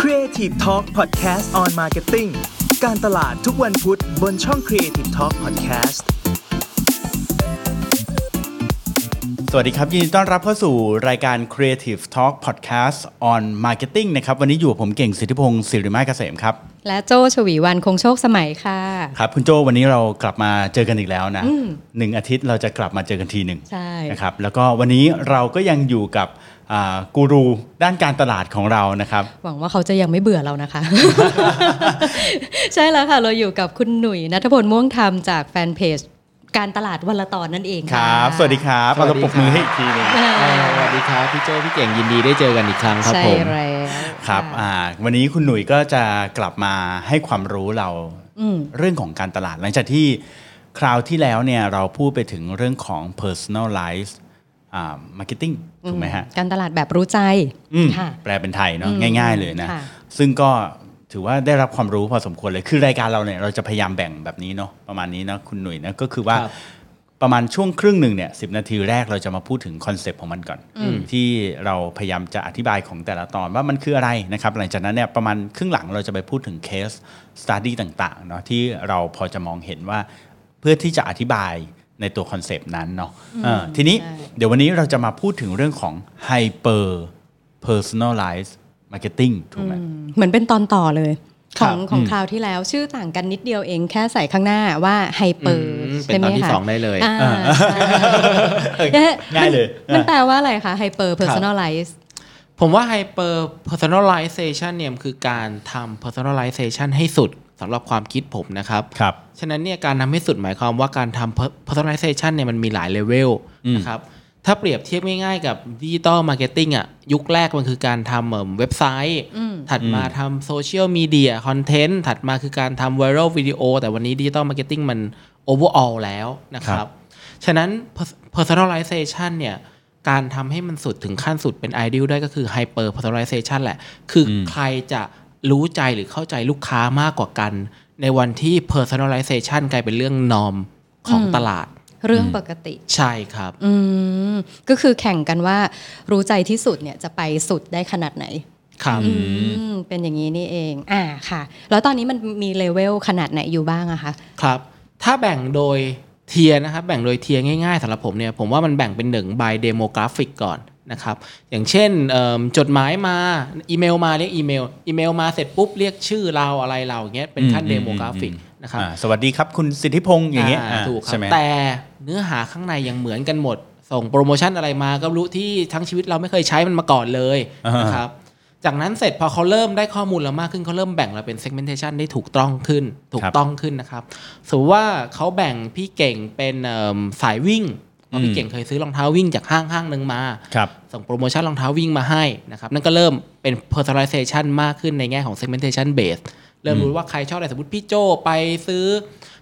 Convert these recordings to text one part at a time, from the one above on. Creative Talk Podcast on Marketing การตลาดทุกวันพุธบนช่อง Creative Talk Podcast สวัสดีครับ ยินดีต้อนรับเข้าสู่รายการ Creative Talk Podcast on Marketing นะครับ วันนี้อยู่กับผมเก่งสิทธิพงศ์สิริมาเกษมครับ และโจชวีวันคงโชคสมัยค่ะ ครับ คุณโจวันนี้เรากลับมาเจอกันอีกแล้วนะหนึ่งอาทิตย์เราจะกลับมาเจอกันทีหนึ่ง ใช่ นะครับแล้วก็วันนี้เราก็ยังอยู่กับอ่ากูรูด้านการตลาดของเรานะครับ หวังว่าเขาจะยังไม่เบื่อเรานะคะ ใช่แล้วค่ะ เราอยู่กับคุณหนุ่ยนัทพลม่วงธรรมจากแฟนเพจการตลาดวันละตอนนั่นเอง ค ค่ะ รับ สวัสดีครับเอาตะปรบมือให้อีกทีหนึง อ่า สวัสดีครับพี่โจพี่เก่งยินดีได้เจอกันอีกครั้งครับ ใช่ ผม แล้ว ครับ ะ อ่าวันนี้คุณหนุ่ยก็จะกลับมาให้ความรู้เรา อืม เรื่องของการตลาด หลังจากที่คราวที่แล้วเนี่ยเราพูดไปถึงเรื่องของ personalize อ่า marketing ถูกไหมฮะ การตลาดแบบรู้ใจ อืม ค่ะ แปลเป็นไทยเนาะ อืม ง่าย ๆ เลยนะ ค่ะ ซึ่งก็ถือว่าได้รับความรู้พอสมควรเลย คือรายการเราเนี่ยเราจะพยายามแบ่งแบบนี้เนาะประมาณนี้เนอะคุณหนุ่ยนะก็คือว่า ครับ ประมาณช่วงครึ่งหนึ่งเนี่ยสินาทีแรกเราจะมาพูดถึงคอนเซปต์ของมันก่อน ที่เราพยายามจะอธิบายของแต่ละตอนว่ามันคืออะไรนะครับหลังจากนั้นเนี่ยประมาณครึ่งหลังเราจะไปพูดถึงเคสสตัดดี้ต่างๆเนาะที่เราพอจะมองเห็นว่า เพื่อที่จะอธิบายในตัวคอนเซปต์นั้นเนาะเออทีนี้ ใช่ เดี๋ยววันนี้เราจะมาพูดถึงเรื่องของ hyper personalized marketing ถูกไหม เหมือนเป็นตอนต่อเลย ค ข รั อบ งของ อืม คราวที่แล้วชื่อต่างกันนิดเดียวเองแค่ใส่ข้างหน้าว่าไฮเปอร์ อืมเป็นตอนที่สองได้เลย อ่าใช่ ง่ายเลย มันมันแปลว่าอะไรคะไฮเปอร์เพอร์ซันอลไลซ์ ผมว่า hyper personalization เนี่ยคือการทำ personalization ให้สุดสำหรับความคิดผมนะครับ ครับ ฉะนั้นเนี่ยการทำให้สุดหมายความว่าการทำ personalization เนี่ยมันมีหลายเลเวล อืม นะครับ ถ้าเปรียบเทียบง่ายๆกับดิจิตอลมาร์เก็ตติ้งอ่ะยุคแรกมันคือการทำเอิ่มเว็บไซต์ ถัดมาทำโซเชียลมีเดียคอนเทนต์ ถัดมาคือการทำไวรัลวิดีโอแต่วันนี้ดิจิตอลมาร์เก็ตติ้งมัน overall แล้วนะค ครั รับ บ ฉะนั้น personalization เนี่ยการทำให้มันสุดถึงขั้นสุดเป็น ideal ได้ก็คือ hyper personalization แหละ คืออใครจะรู้ใจหรือเข้าใจลูกค้ามากกว่ากัน ในวันที่ personalization กลายเป็นเรื่อง norm ของ อืม ตลาด เรื่องปกติ ใช่ครับ อืมก็คือแข่งกันว่ารู้ใจที่สุดเนี่ยจะไปสุดได้ขนาดไหน ครับ อืมเป็นอย่างนี้นี่เอง อ่าค่ะ แล้วตอนนี้มันมีเลเวลขนาดไหนอยู่บ้างอะคะ ครับ ถ้าแบ่งโดยเทียร์นะครับ แบ่งโดยเทียร์ง่ายๆสำหรับผมเนี่ย ผมว่ามันแบ่งเป็นหนึ่ง by demographic ก่อนนะครับ อย่างเช่นเอิ่มจดหมายมา อีเมลมาเรียกอีเมล อีเมลมาเสร็จปุ๊บเรียกชื่อเราอะไรเราอย่างเงี้ย เป็นขั้น อืม demographic นะครับ อ่าสวัสดีครับคุณสิทธิพงษ์อย่างเงี้ย อ่า อ่า ถูกครั ใช่ บ ไหม แต่เนื้อหาข้างในยังเหมือนกันหมด ส่งโปรโมชั่นอะไรมาก็รู้ที่ทั้งชีวิตเราไม่เคยใช้มันมาก่อนเลย อ่าน นะครับ จากนั้นเสร็จพอเขาเริ่มได้ข้อมูลเรามากขึ้นเขาเริ่มแบ่งเราเป็น segmentation ได้ถูกต้องขึ้น ถูกต้องขึ้นนะครับ สมมติว่าเขาแบ่งพี่เก่งเป็นเอิ่มสายวิ่งเพราะพี่เก่งเคยซื้อรองเท้าวิ่งจากห้างห้างหนึ่งมา ครับ ส่งโปรโมชั่นรองเท้าวิ่งมาให้นะครับ นั่นก็เริ่มเป็น personalization มากขึ้นในแง่ของ segmentation base เริ่มรู้ว่าใครชอบอะไรสมมติพี่โจไปซื้อ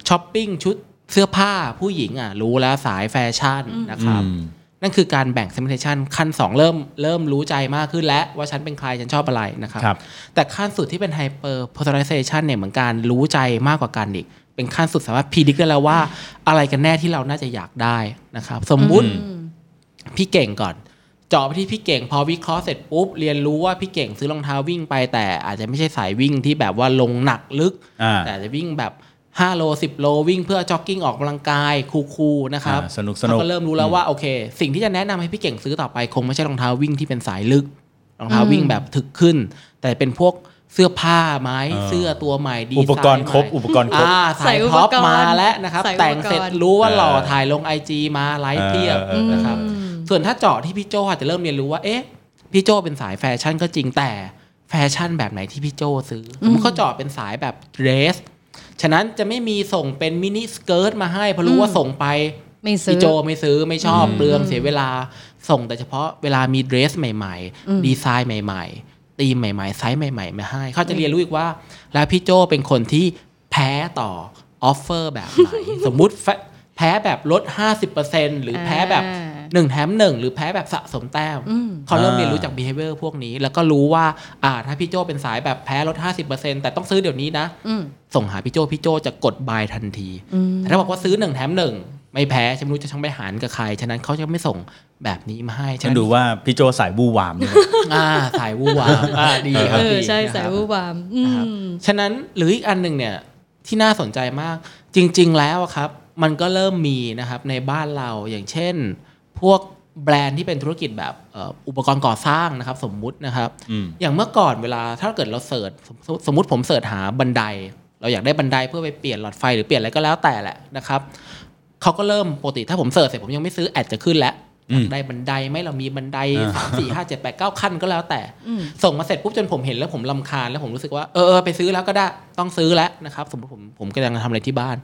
ช้อปปิ้งชุดเสื้อผ้าผู้หญิงอ่ะรู้แล้วสายแฟชั่นนะครับ อืม นั่นคือการแบ่ง segmentation ขั้น 2 เริ่มเริ่มรู้ใจมากขึ้นแล้วว่าฉันเป็นใครฉันชอบอะไรนะครับ ครับ แต่ขั้นสุดที่เป็น hyper personalization เนี่ยเหมือนการรู้ใจมากกว่ากันอีก เป็นขั้นสุดสามารถพิจิตได้แล้วว่าอะไรกันแน่ที่เราน่าจะอยากได้นะครับ สมมุติพี่เก่งก่อน เจาะไปที่พี่เก่งพอวิเคราะห์เสร็จปุ๊บ เรียนรู้ว่าพี่เก่งซื้อรองเท้าวิ่งไปแต่อาจจะไม่ใช่สายวิ่งที่แบบว่าลงหนักลึก อ่า แต่จะวิ่งแบบ 5 โล 10 โลวิ่งเพื่อจ็อกกิ้งออกกำลังกายคูลๆนะครับ อ่าสนุกๆ เขาก็เริ่มรู้แล้วว่าโอเค สิ่งที่จะแนะนำให้พี่เก่งซื้อต่อไป คงไม่ใช่รองเท้าวิ่งที่เป็นสายลึก รองเท้าวิ่งแบบถึกขึ้น แต่เป็นพวกเสื้อผ้าไหมเสื้อตัวใหม่ดีไซน์ อุปกรณ์ครบ ใหม่ อุปกรณ์ครบ อ่า ใส่ สาย อุป ท็อป กรณ์ มาแล้วนะครับ ใส่อุปกรณ์ แต่งเสร็จรู้ว่าหล่อ เออ ถ่ายลง IG มาไลฟ์เพียบ เออเออเออ นะครับส่วนถ้าเจาะที่พี่โจอาจจะเริ่มเรียนรู้ว่าเอ๊ะพี่โจเป็นสายแฟชั่นก็จริงแต่แฟชั่นแบบไหนที่พี่โจซื้ออผมก็เจาะเป็นสายแบบเดรสฉะนั้นจะไม่มีส่งเป็นมินิสเกิร์ตมาให้เพราะรู้ว่าส่งไป ไม่ซื้ พี่ อ โจไม่ซื้อไม่ชอบเปลืองเสียเวลาส่งแต่เฉพาะเวลามีเดรสใหม่ ๆ ดีไซน์ใหม่ ๆ ตีมใหม่ ๆ ไซส์ใหม่ ๆ มาให้ เขาจะเรียนรู้อีกว่า แล้วพี่โจเป็นคนที่แพ้ต่อออฟเฟอร์แบบไหน สมมุติแฟแพ้แบบลด 50%หรือแพ้แบบ อ่า 1 แถม 1 หรือแพ้แบบสะสมแต้ม เขาเริ่มเรียนรู้จาก behavior พวกนี้ แล้วก็รู้ว่าอ่าถ้าพี่โจเป็นสายแบบแพ้ลด 50%แต่ต้องซื้อเดี๋ยวนี้นะ อืม ส่งหาพี่โจพี่โจจะกดบายทันที แต่ถ้าบอกว่าซื้อหนึ่งแถมหนึ่ง ไม่แพ้ฉันไม่รู้จะช่างไปหารกับใคร ฉะนั้นเขาจะไม่ส่งแบบนี้มาให้ฉะ ฉัน นั้น ดูว่าพี่โจสายบูหวามด้วย อ่าสายวูวามอ่าดีครับ เออ ดี ใช่ นะครับ สายวูบวามอื นะครับ ม ฉะนั้นหรืออีกอันหนึ่งเนี่ยที่น่าสนใจมากจริง ๆ แล้วอะครับ มันก็เริ่มมีนะครับในบ้านเราอย่างเช่น พวกแบรนด์ที่เป็นธุรกิจแบบเอ่ออุปกรณ์ก่อสร้างนะครับ สมมุตินะครับ อืม อย่างเมื่อก่อนเวลาถ้าเกิดเราเสิร์ชสมมุติสมมติผมเสิร์ชหาบันได เราอยากได้บันไดเพื่อไปเปลี่ยนหลอดไฟหรือเปลี่ยนอะไรก็แล้วแต่แหละนะครับเขาก็เริ่มปกติถ้าผมเสิร์ชเสร็จผมยังไม่ซื้อแอดจะขึ้นแล้ว อืม ได้บันไดไหมเรามีบันไดสามสี่ห้าเจ็ดแปดเก้าขั้นก็แล้วแต่ อืม ส่งมาเสร็จปุ๊บจนผมเห็นแล้วผมลำคาญแล้วผมรู้สึกว่าเออเออไปซื้อแล้วก็ได้ต้องซื้อแล้วนะครับ สมมติผมผมกำลังทำอะไรที่บ้าน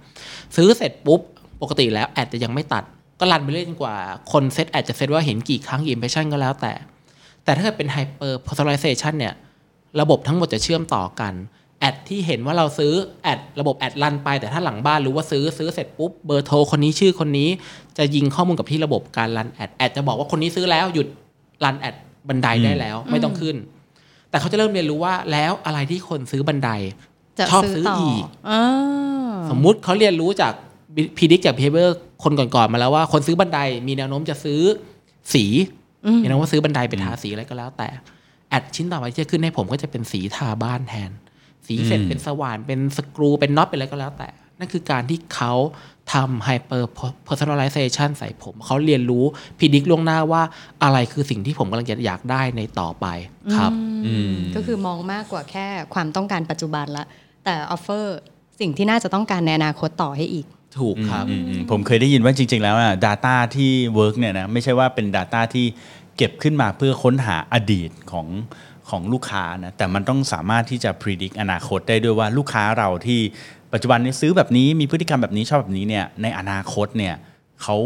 ซื้อเสร็จปุ๊บปกติแล้วแอดจะยังไม่ตัด ก็รันไปเรื่อยจนกว่าคนเซตแอดจะเซตว่าเห็นกี่ครั้งกี่อิมเพรสชันก็แล้วแต่ แต่ถ้าเกิดเป็นไฮเปอร์พ r ซ n a l i z a t i o n เนี่ย ระบบทั้งหมดจะเชื่อมต่อกัน แอดที่เห็นว่าเราซื้อแอดระบบแอดลันไป แต่ถ้าหลังบ้านรู้ว่าซื้อซื้อเสร็จปุ๊บเบอร์โทรคนนี้ชื่อคนนี้จะยิงข้อมูลกับที่ระบบการรันแอดแอดจะบอกว่าคนนี้ซื้อแล้วหยุดรันแอดบันไดได้แล้วไม่ต้องขึ้น แต่เขาจะเริ่มเรียนรู้ว่าแล้วอะไรที่คนซื้อบันได จะ ชอบซื้อ ต่ อีก อ่า สมมุติเขาเรียนรู้จากพีดิกจาก behavior คนก่อนๆมาแล้วว่าคนซื้อบันไดมีแนวโน้มจะซื้อสีมีแนวโน้มว่าซื้อบันไดไปทาสีอะไรก็แล้วแต่ แอดชิ้นต่อไปที่จะขึ้นให้ผมก็จะเป็นสีทาบ้านแทน สีเสร็จ อืม เป็นสว่านเป็นสกรูเป็นน็อตเป็นอะไรก็แล้วแต่ นั่นคือการที่เขาทำ hyper personalization ใส่ผม เขาเรียนรู้พีดิกล่วงหน้าว่าอะไรคือสิ่งที่ผมกำลังจะอยากได้ในต่อไปครับ อืม ก็คือมองมากกว่าแค่ความต้องการปัจจุบันละ แต่ออฟเฟอร์สิ่งที่น่าจะต้องการในอนาคตต่อให้อีก ถูกครับ อืมอืมผมเคยได้ยินว่าจริง ๆ แล้วอ่ะ Data ที่ Work เนี่ยนะไม่ใช่ว่าเป็น Data ที่เก็บขึ้นมาเพื่อค้นหาอดีตของของลูกค้านะแต่มันต้องสามารถที่จะ predict อนาคตได้ด้วยว่าลูกค้าเราที่ปัจจุบันนี้ซื้อแบบนี้มีพฤติกรรมแบบนี้ชอบแบบนี้เนี่ยในอนาคตเนี่ยเขา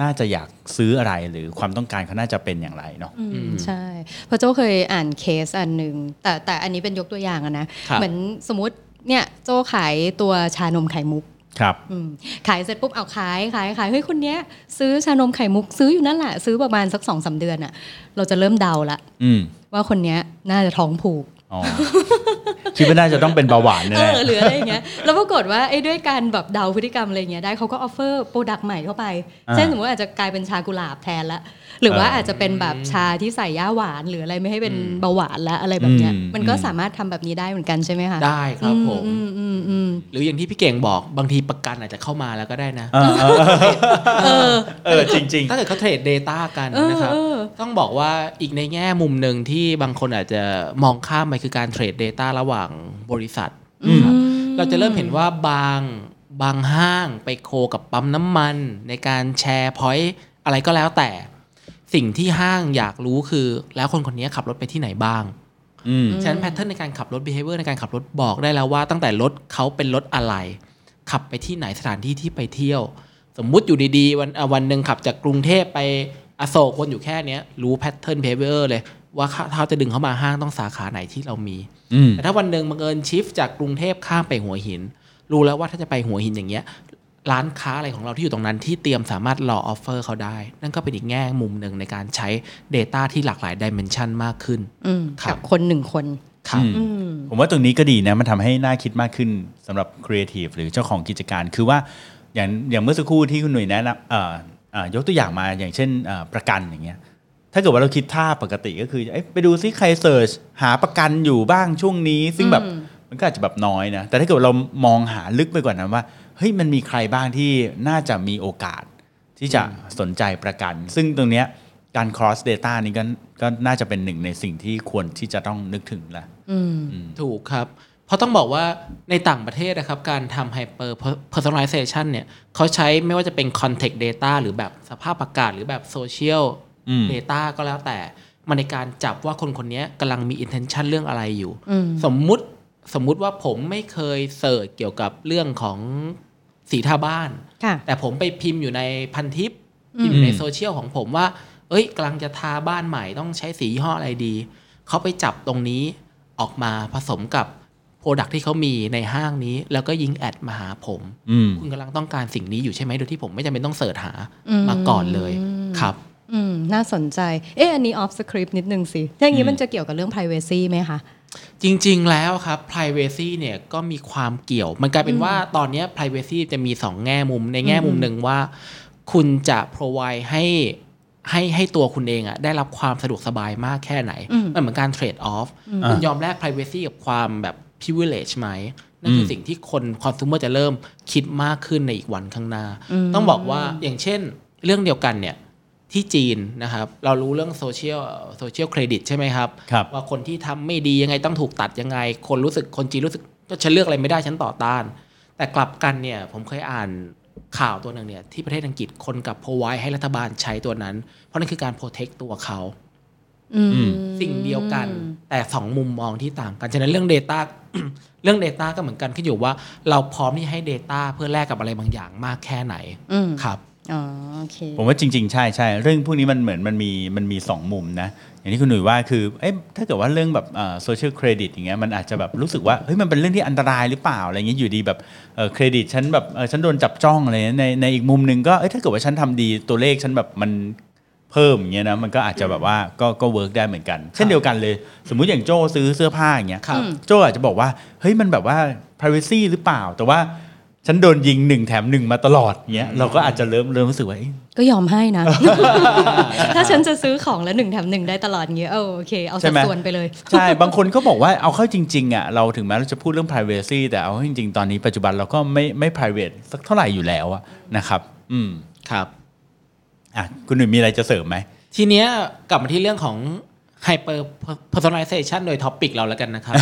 น่าจะอยากซื้ออะไรหรือความต้องการเขาน่าจะเป็นอย่างไรเนาะ ใช่เพราะโจ้เคยอ่านเคสอันหนึ่งแต่แต่อันนี้เป็นยกตัวอย่างอะนะ ครับ เหมือนสมมติเนี่ยโจ้ขายตัวชานมไข่มุก ครับ อืมขายเสร็จปุ๊บเอาขายขายขายเฮ้ยคนเนี้ยซื้อชานมไข่มุกซื้ออยู่นั่นแหละ ซื้อประมาณสักสองสามเดือนอะเราจะเริ่มเดาละ อืม ว่าคนเนี้ยน่าจะท้องผูก อ๋อ คิดว่าน่าจะต้องเป็นเบาหวานแน่ เอ ๆ อหรืออะไรอย่างเงี้ยแล้วปรากฏว่าไอ้ด้วยการแบบเดาพฤติกรรมอะไรเงี้ยได้เขาก็ออฟเฟอร์โปรดักต์ใหม่เข้าไป อ่า เช่นสมมติอาจจะกลายเป็นชากุหลาบแทนละหรือว่า เอออ อาจจะเป็นแบบชาที่ใส่ย่าหวานหรืออะไรไม่ให้เป็นเบาหวานละอะไรแบบเนี้ย อืม มันก็สามารถทำแบบนี้ได้เหมือนกันใช่ไหมคะ ได้ครับผม อืมอืมอืม หรืออย่างที่พี่เก่งบอกบางทีประกันอาจจะเข้ามาแล้วก็ได้นะ เออเออ เออ เออจริง ถ้าเกิดเขาเทรด Data กัน เออ นะครับ เออ ต้องบอกว่าอีกในแง่มุมหนึ่งที่บางคนอาจจะมองข้ามไปคือการเทรด Data ระหว่างบริษัท อืม เราจะเริ่มเห็นว่าบางบางห้างไปโคกับปั๊มน้ำมัน ในการแชร์พอยต์อะไรก็แล้วแต่ สิ่งที่ห้างอยากรู้คือ แล้วคนคนนี้ขับรถไปที่ไหนบ้าง ๆ อืม ฉะนั้นแพทเทิร์นในการขับรถ behavior ในการขับรถบอกได้แล้วว่าตั้งแต่รถเขาเป็นรถอะไร ขับไปที่ไหนสถานที่ที่ไปเที่ยว สมมุติอยู่ดีๆ วันอ่ะวันหนึ่งขับจากกรุงเทพไปอโศกวนอยู่แค่เนี้ยรู้แพทเทิร์น behavior เลย ว่าเขาถ้าจะดึงเขามาห้างต้องสาขาไหนที่เรามี อืม แต่ถ้าวันหนึ่งบังเอิญชิฟจากกรุงเทพข้ามไปหัวหิน รู้แล้วว่าถ้าจะไปหัวหินอย่างเงี้ย ร้านค้าอะไรของเราที่อยู่ตรงนั้นที่เตรียมสามารถรอออฟเฟอร์เขาได้ นั่นก็เป็นอีกแง่มุมหนึ่งในการใช้ Data ที่หลากหลายดิเมนชันมากขึ้น อืม ครักับบคนหนึ่งคน ครับ อืม ผมว่าตรงนี้ก็ดีนะ มันทำให้น่าคิดมากขึ้นสำหรับครีเอทีฟหรือเจ้าของกิจการ คือว่าอย่างอย่างเมื่อสักครู่ที่คุณหนุ่ยแนะนำเอ่อเอ่อยกตัวอย่างมาอย่างเช่นเอ่อประกันอย่างเงี้ย ถ้าเกิดว่าเราคิดท่าปกติก็คือเอ๊ะไปดูซิใครเสิร์ชหาประกันอยู่บ้างช่วงนี้ ซึ่งแบบมันก็อาจจะแบบน้อยนะ แต่ถ้าเกิดเรามองหาลึกไปกว่านั้นว่าเฮ้ยมันมีใครบ้างที่น่าจะมีโอกาส ที่จะสนใจประกัน ซึ่งตรงเนี้ยการ cross data นี้ก็ก็น่าจะเป็นหนึ่งในสิ่งที่ควรที่จะต้องนึกถึงละ อืม ถูกครับ เพราะต้องบอกว่าในต่างประเทศนะครับ การทำ hyper personalization เนี่ยเขาใช้ไม่ว่าจะเป็น context data หรือแบบสภาพอากาศหรือแบบ social อืม data ก็แล้วแต่มาในการจับว่าคนคนนี้กำลังมี intention เรื่องอะไรอยู่ อืม สมมุติสมมุติว่าผมไม่เคยเสิร์ชเกี่ยวกับเรื่องของสีทาบ้าน ค่ะ แต่ผมไปพิมพ์อยู่ในพันทิปพิมพ์อยู่ใน อืม โซเชียลของผมว่า เอ้ยกำลังจะทาบ้านใหม่ต้องใช้สียี่ห้ออะไรดี เขาไปจับตรงนี้ออกมาผสมกับโปรดักที่เขามีในห้างนี้ แล้วก็ยิงแอดมาหาผม อืม คุณกำลังต้องการสิ่งนี้อยู่ใช่ไหมโดยที่ผมไม่จำเป็นต้องเสิร์ชหา อืม มาก่อนเลย ครับ อืมน่าสนใจ เอ๊ะอันนี้ออฟสคริปต์นิดนึงสิถ้าอย่างนี้มันจะเกี่ยวกับเรื่อง p r i เวซีไหมคะ จริง ๆ แล้วครับ privacy เนี่ยก็มีความเกี่ยว มันกลายเป็นว่าตอนเนี้ย privacy จะมี 2 แง่มุม ในแง่มุมหนึ่งว่า คุณจะ provide ให้ให้ให้ตัวคุณเองอะได้รับความสะดวกสบายมากแค่ไหน อืม มันเหมือนการ trade off คุณยอมแลก privacy กับความแบบ privilege ไหม นั่นคืออ ม สิ่งที่คน consumer จะเริ่มคิดมากขึ้นในอีกวันข้างหน้า ต้องบอกว่าอย่างเช่นเรื่องเดียวกันเนี่ยที่จีนนะครับ เรารู้เรื่องโซเชียลโซเชียลเครดิตใช่ไหมครับ ครับ ว่าคนที่ทำไม่ดียังไงต้องถูกตัดยังไง คนรู้สึกคนจีนรู้สึกก็ฉันเลือกอะไรไม่ได้ฉันต่อต้าน แต่กลับกันเนี่ยผมเคยอ่านข่าวตัวหนึ่งเนี่ยที่ประเทศอังกฤษคนกลับพไว้ให้รัฐบาลใช้ตัวนั้น เพราะนั่นคือการโปรเทคตัวเขา อืม สิ่งเดียวกัน แต่สองมุมมองที่ต่างกันฉะนั้นเรื่อง Data เรื่อง Data ก็เหมือนกันขึ้นอยู่ว่า เราพร้อมที่ให้ Data เพื่อแลกกับอะไรบางอย่างมากแค่ไหน อืม ครับ อ๋อโอเค ผมว่าจริง ๆ ใช่ใช่เรื่องพวกนี้มันเหมือนมันมีมันมีสองมุมนะ อย่างที่คุณหนุ่ยว่าคือเอ๊ะถ้าเกิดว่าเรื่องแบบโซเชียลเครดิตอย่างเงี้ยมันอาจจะแบบรู้สึกว่าเฮ้ยมันเป็นเรื่องที่อันตรายหรือเปล่าอะไรเงี้ยอยู่ดีแบบเครดิตฉันแบบเอ่อฉันโดนจับจ้องอะไรเงี้ยในในอีกมุมหนึ่งก็เอ้ยถ้าเกิดว่าฉันทำดีตัวเลขฉันแบบมันเพิ่มอย่างเงี้ยนะมันก็อาจจะแบบว่าก็ก็เวิร์กได้เหมือนกัน เช่นเดียวกันเลย สมมุติอย่างโจซื้อเสื้อผ้าอย่างเงี้ย ครับ โจอาจจะบอกว่าเฮ้ยมันแบบว่า p r i v a c y หรือเปล่า แต่ว่าฉันโดนยิงหนึ่งแถมหนึ่งมาตลอดเงี้ยเราก็อาจจะเริ่มเริ่มรู้สึกว่าเอ๊ะ ก็ยอมให้ นะ ถ้าฉันจะซื้อของแล้วหนึ่งแถมหนึ่งได้ตลอดเงี้ยเออโอเค เอา ใช่ สัด ไหม ส่วนไปเลย ใช่ บางคนก็บอกว่าเอาเข้าจริงๆอ่ะเราถึงแม้เราจะพูดเรื่อง privacy แต่เอาเข้าจริงๆ ตอนนี้ปัจจุบันเราก็ไม่ไม่ private สักเท่าไหร่อยู่แล้วอะนะครับ อืม ครับ อ่ะคุณหนุ่ยมีอะไรจะเสริมไหม ทีเนี้ยกลับมาที่เรื่องของ hyper personalization โดยท็อปิกเราแล้วกันนะครับ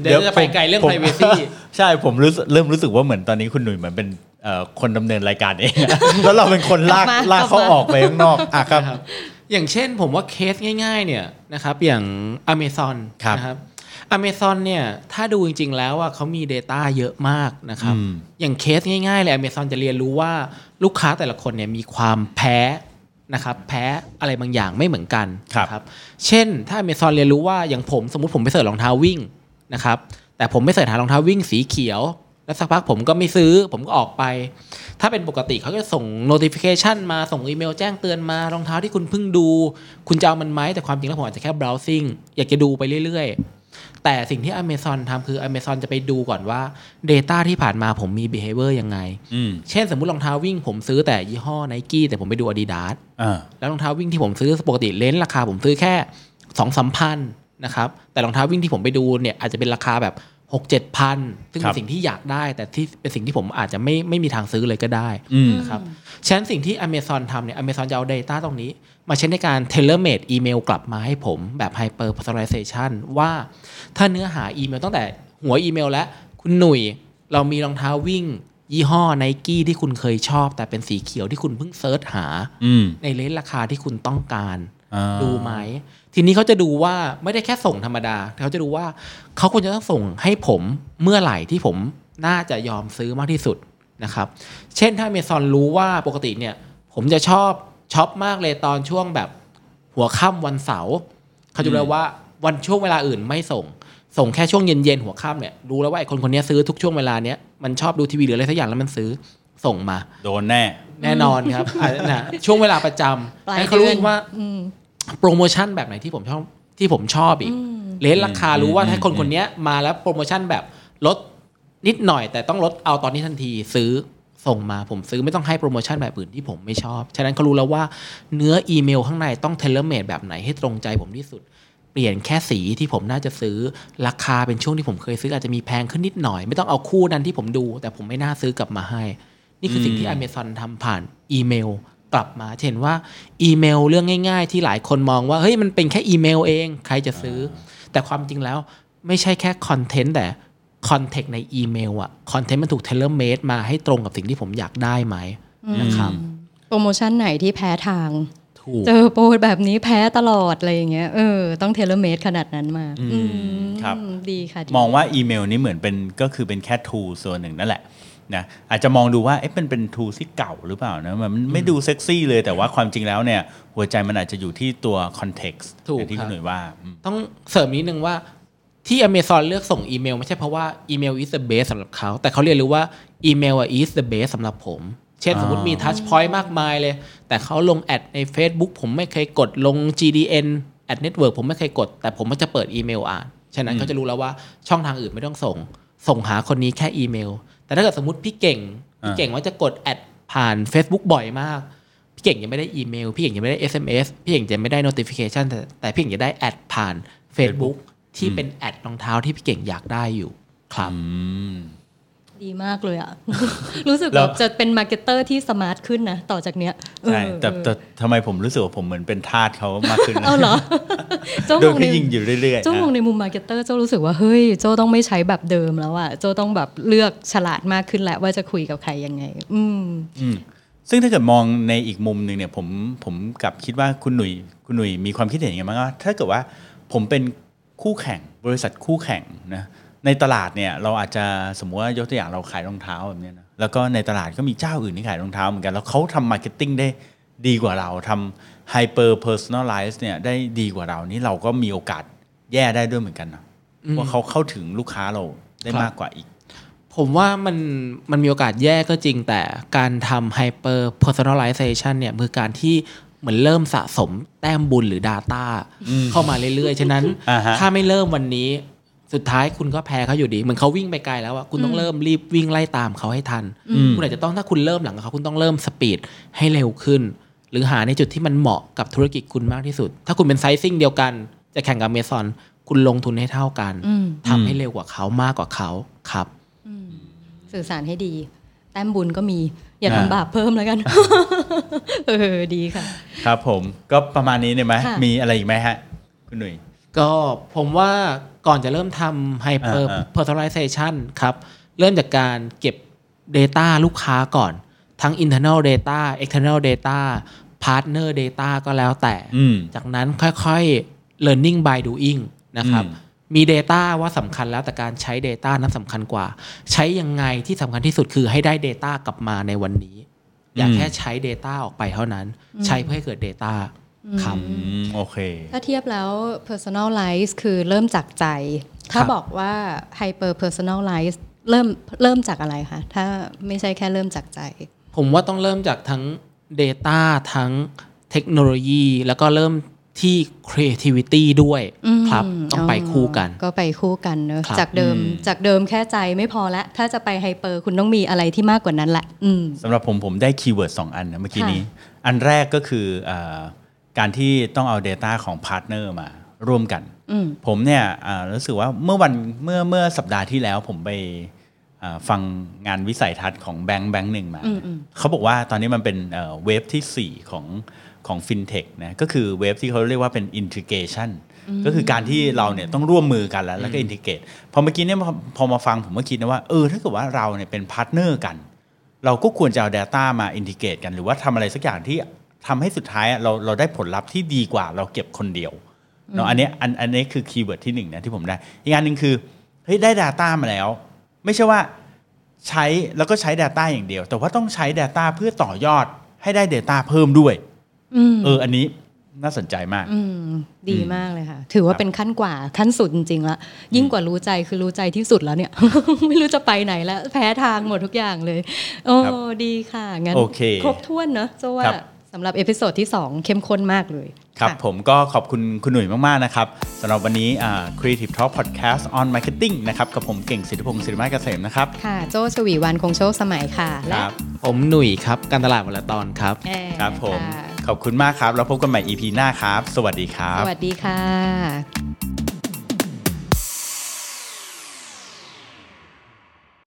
เดี๋ยวเราจะไปไกลเรื่อง ผม privacy ใช่ผมรู้สึกเริ่มรู้สึกว่าเหมือนตอนนี้คุณหนุ่ยเหมือนเป็นเอ่อคนดำเนินรายการเอง อะ แล้วเราเป็นคนลาก กลับมา ลากเขา กลับมา ออกไปข้างนอกอ่ะครับ นะครับอย่างเช่นผมว่าเคสง่าย ๆ เนี่ยนะครับอย่าง Amazon ครับ นะครับ Amazon เนี่ยถ้าดูจริง ๆ แล้วอ่ะเขามี Data เยอะมากนะครับ อืม อย่างเคสง่ายๆเลย Amazon จะเรียนรู้ว่าลูกค้าแต่ละคนเนี่ยมีความแพ้นะครับแพ้อะไรบางอย่างไม่เหมือนกัน ครับ นะเช่นถ้า Amazon เรียนรู้ว่าอย่างผมสมมติผมไปเสิร์ชรองเท้าวิ่งนะครับแต่ผมไม่เสิร์ชหารองเท้าวิ่งสีเขียว แล้วสักพักผมก็ไม่ซื้อผมก็ออกไป ถ้าเป็นปกติเขาจะส่ง notification มาส่งอีเมลแจ้งเตือนมารองเท้าที่คุณเพิ่งดู คุณจะเอามันไหมแต่ความจริงแล้วผมอาจจะแค่ browsing อยากจะดูไปเรื่อยๆ แต่สิ่งที่ Amazon ทำคือ Amazon จะไปดูก่อนว่า Data ที่ผ่านมาผมมี behavior ยังไง อืม เช่นสมมุติรองเท้าวิ่งผมซื้อแต่ยี่ห้อ Nike แต่ผมไปดู Adidas อ่า แล้วรองเท้าวิ่งที่ผมซื้อปกติเลนส์ราคาผมซื้อแค่สองสามพันนะครับแต่รองเท้าวิ่งที่ผมไปดูเนี่ยอาจจะเป็นราคาแบบหกเจ็ดพันซึ่งเป็นสิ่งที่อยากได้แต่ที่เป็นสิ่งที่ผมอาจจะไม่ไม่มีทางซื้อเลยก็ได้ อืม นะครับฉะนั้นสิ่งที่ Amazon ทำเนี่ย Amazon จะเอา Data ตรงนี้ มาใช้ในการ t a i l o r m a d e อีเมลกลับมาให้ผมแบบ Hyper Personalization ว่าถ้าเนื้อหาอีเมลตั้งแต่หัวอีเมลและคุณหนุ่ย เรามีรองเท้าวิ่ง ยี่ห้อ n i กี้ที่คุณเคยชอบ แต่เป็นสีเขียวที่คุณเพิ่งเซิร์ชหา อืม ในเลนส์ราคาที่คุณต้องการ อ่า ดูไหม ทีนี้เขาจะดูว่าไม่ได้แค่ส่งธรรมดาแต่เขาจะดูว่าเขาควรจะต้องส่งให้ผมเมื่อไหร่ที่ผมน่าจะยอมซื้อมากที่สุดนะครับ เช่นถ้าเมซอนรู้ว่าปกติเนี่ย ผมจะชอบช็อปมากเลยตอนช่วงแบบหัวค่ำวันเสาร์เขาจะรู้แล้วว่าวันช่วงเวลาอื่นไม่ส่ง ส่งแค่ช่วงเย็นๆหัวค่ำเนี่ยรู้แล้วว่าไอ้คนคนเนี้ยซื้อทุกช่วงเวลาเนี้ยมันชอบดูทีวีหรืออะไรสักอย่างแล้วมันซื้อส่งมา โดนแน่ แน่นอน ครับอันนั้นนะช่วงเวลาประปจำ ลาย ให้เขารู้ เดือน ว่า อืม โปรโมชั่นแบบไหนที่ผมชอบที่ผมชอบอีก เลนส์ราคารู้ว่า อืม ถ้าคน อืม คนเนี้ยมาแล้วโปรโมชั่นแบบลดนิดหน่อย แต่ต้องลดเอาตอนนี้ทันทีซื้อส่งมาผมซื้อไม่ต้องให้โปรโมชั่นแบบอื่นที่ผมไม่ชอบ ฉะนั้นเขารู้แล้วว่าเนื้ออีเมลข้างในต้องเทเลเมดแบบไหนให้ตรงใจผมที่สุด เปลี่ยนแค่สีที่ผมน่าจะซื้อราคาเป็นช่วงที่ผมเคยซื้ออาจจะมีแพงขึ้นนิดหน่อย ไม่ต้องเอาคู่นั้นที่ผมดู แต่ผมไม่น่าซื้อกลับมาให้ นี่คือสิ่งที่ Amazon ทำผ่านอีเมลกลับมาจะเห็นว่าอีเมลเรื่องง่าย ๆ ที่หลายคนมองว่าเฮ้ยมันเป็นแค่อีเมลเอง ใครจะซื้อ แต่ความจริงแล้วไม่ใช่แค่คอนเทนต์แต่คอนเทกต์ในอีเมลอะคอนเทนต์มันถูกเทเลเมดมาให้ตรงกับสิ่งที่ผมอยากได้ไหมนะครับ โปรโมชั่นไหนที่แพ้ทาง ถูก เจอโปรแบบนี้แพ้ตลอดอะไรอย่างเงี้ยเออต้องเทเลเมตรขนาดนั้นมาอืม ครับ ดีค่ะดี มองว่าอีเมลนี่เหมือนเป็นก็คือเป็นแค่ tool ส่วนหนึ่งนั่นแหละนะอาจจะมองดูว่าเอ๊ะมันเป็น tool ที่เก่าหรือเปล่านะมันไม่ดูเซ็กซี่เลยแต่ว่าความจริงแล้วเนี่ย หัวใจมันอาจจะอยู่ที่ตัว context ถูก อย่างที่ ครั คุณบหนุ่ยว่าอืม ต้องเสริมนิดนึงว่าที่ Amazon เลือกส่งอีเมล ไม่ใช่เพราะว่าอีเมล is the best สำหรับเขา แต่เขาเรียนรู้ว่าอีเมลอะ is the best สำหรับผม เช่น อ๋อ สมมติมี touch point มากมายเลย แต่เขาลงแอดใน Facebook ผมไม่เคยกดลง GDN แอด network ผมไม่เคยกด แต่ผมมันจะเปิดอีเมลอ่าน ฉะนั้นเขาจะรู้แล้วว่าช่องทางอื่นไม่ต้องส่ง ส่งหาคนนี้แค่อีเมล แต่ถ้าเกิดสมมติพี่เก่ง พี่เก่งว่าจะกดแอดผ่าน Facebook บ่อยมาก พี่เก่งยังไม่ได้อีเมล พี่เก่งยังไม่ได้ SMS พี่เก่งยังไม่ได้ notification แต่แต่พี่เก่งจะได้แอดผ่าน Facebook ที่เป็นแอดรองเท้าที่พี่เก่งอยากได้อยู่ครับ ดีมากเลยอะ รู้สึก แล้ แบ ว บจะเป็นมาร์เก็ตเตอร์ที่สมาร์ทขึ้นนะ ต่อจากเนี้ยเออ ใช่แต่แต่ทำไมผมรู้สึกว่าผมเหมือนเป็นทาสเขามากขึ้นนะ เอาเหรอ เจ้า โดนมองใน พี่ยิงอยู่เรื่อยๆ เจ้ามอง อ่ะ ในมุมมาร์เก็ตเตอร์เจ้ารู้สึกว่า เฮ้ย เจ้าต้องไม่ใช้แบบเดิมแล้วอะเจ้าต้องแบบเลือกฉลาดมากขึ้นแหละว่าจะคุยกับใครยังไง อืม ซึ่งถ้าเกิดมองในอีกมุมหนึ่งเนี่ยผมผมกลับคิดว่าคุณหนุ่ยคุณหนุ่ยมีความคิดเห็นยังไงบ้างว่าถ้าเกิดว่าผมเป็นคู่แข่งบริษัทคู่แข่งนะในตลาดเนี่ยเราอาจจะสมมติว่ายกตัวอย่างเราขายรองเท้าแบบเนี้ยนะแล้วก็ในตลาดก็มีเจ้าอื่นที่ขายรองเท้าเหมือนกันแล้วเขาทำมาร์เก็ตติ้งได้ดีกว่าเราทำไฮเปอร์เพอร์ซันอลไลซ์เนี่ยได้ดีกว่าเรานี่เราก็มีโอกาสแย่ได้ด้วยเหมือนกันนะว่าเขาเข้าถึงลูกค้าเราได้ ครับ มากกว่าอีก ผมว่ามันมันมีโอกาสแย่ก็จริงแต่การทำ hyper personalization เนี่ยคือการที่เหมือนเริ่มสะสมแต้มบุญหรือ Data เข้ามาเรื่อยๆ ฉะนั้น อ่าฮะ ถ้าไม่เริ่มวันนี้สุดท้ายคุณก็แพ้เขาอยู่ดี เหมือนเขาวิ่งไปไกลแล้วอะคุณต้องเริ่มรีบวิ่งไล่ตามเขาให้ทัน คุณอาจจะต้องถ้าคุณเริ่มหลังเขาคุณต้องเริ่มสปีดให้เร็วขึ้น หรือหาในจุดที่มันเหมาะกับธุรกิจคุณมากที่สุด ถ้าคุณเป็นไซซิ่งเดียวกัน จะแข่งกับเมซอนคุณลงทุนให้เท่ากัน อืม ทำให้เร็วกว่าเขามากกว่าเขาครับ สื่อสารให้ดี แต้มบุญก็มี อย่า อ่า ทำบาปเพิ่มแล้วกัน เออ ดีค่ะ ครับผมก็ประมาณนี้เนี่ยไหม ค่ะ มีอะไรอีกไหมฮะคุณหนุ่ย ก็ผมว่าก่อนจะเริ่มทำ hyper อ่า personalization ครับ เริ่มจากการเก็บ Data ลูกค้าก่อน ทั้ง internal data external data partner data ก็แล้วแต่ อืม จากนั้นค่อยๆ learning by doing นะครับ อืม มี Data ว่าสำคัญแล้วแต่การใช้ Data นั้นสำคัญกว่า ใช้ยังไงที่สำคัญที่สุดคือให้ได้ Data กลับมาในวันนี้ อย่าแค่ใช้ Data ออกไปเท่านั้น ใช้เพื่อให้เกิด Data ครับ อืมโอเค ถ้าเทียบแล้ว personalize คือเริ่มจากใจ ถ้า ครับ บอกว่า hyper personalize เริ่มเริ่มจากอะไรคะ ถ้าไม่ใช่แค่เริ่มจากใจ ผมว่าต้องเริ่มจากทั้ง Data ทั้งเทคโนโลยี แล้วก็เริ่มที่ creativity ด้วยครับ ม ต้องไปคู่กัน ก็ไปคู่กันเนอะ ครับ จากเดิม อืม จากเดิมแค่ใจไม่พอละ ถ้าจะไปไฮเปอร์คุณต้องมีอะไรที่มากกว่านั้นแหละ อืม สำหรับผมผมได้คีย์เวิร์ดสองอันนะเมื่อกี้นี้ อันแรกก็คือเออการที่ต้องเอา Data ของพาร์ทเนอร์มาร่วมกัน อืม ผมเนี่ยอ่ารู้สึกว่าเมื่อวันเมื่อเมื่อสัปดาห์ที่แล้วผมไปอ่าฟังงานวิสัยทัศน์ของแบงค์แบงค์หนึ่งมา เขาบอกว่าตอนนี้มันเป็นเอ่อเวฟที่ 4 ของของฟินเทคนะก็คือเวฟที่เขาเรียกว่าเป็นอินทิเกชันก็คือการที่เราเนี่ยต้องร่วมมือกันแล้วแล้วก็อินทิเกตพอเมื่อกี้เนี่ยพอพอมาฟังผมก็คิดนะว่าเออถ้าเกิดว่าเราเนี่ยเป็นพาร์ทเนอร์กัน เราก็ควรจะเอา Data มาอินทิเกตกันหรือว่าทำอะไรสักอย่างที่ทำให้สุดท้ายอะเราเราได้ผลลัพธ์ที่ดีกว่าเราเก็บคนเดียวเนาะอันเนี้ยอันอันนี้คือคีย์เวิร์ดที่หนึ่งนะที่ผมได้ อีกอันหนึ่งคือเฮ้ยได้ Data มาแล้ว ไม่ใช่ว่า ใช้แล้วก็ใช้ Data อย่างเดียว แต่ว่าต้องใช้ Data เพื่อต่อยอดให้ได้ Data เพิ่มด้วย อืม เอออันนี้น่าสนใจมาก อืม ดีมากเลยค่ะ ถือว่าเป็นขั้นกว่าขั้นสุดจริงๆละยิ่งกว่ารู้ใจคือรู้ใจที่สุดแล้วเนี่ย ไม่รู้จะไปไหนแล้ว แพ้ทางหมดทุกอย่างเลย โอ้ ครับ ดีค่ะ งั้น โอเค รบถ้วนเนอะเจ้าว่า ครับ สำหรับเอพิโซดที่ 2 เข้มข้นมากเลย ครับ ะ ผมก็ขอบคุณคุณหนุ่ยมาก ๆ นะครับสำหรับวันนี้อ่า Creative Talk Podcast on Marketing นะครับ กับผมเก่งสิทธิพงศ์สิริมาเกษมนะครับ ค่ะ โจชวีวันคงโชคสมัยค่ะ ค และ รับ ผมหนุ่ยครับ การตลาดวันละตอนครับ แอน ครับผม ะ ขอบคุณมากครับ แล้วพบกันใหม่ EP หน้าครับ สวัสดีครับ สวัสดีค่ะ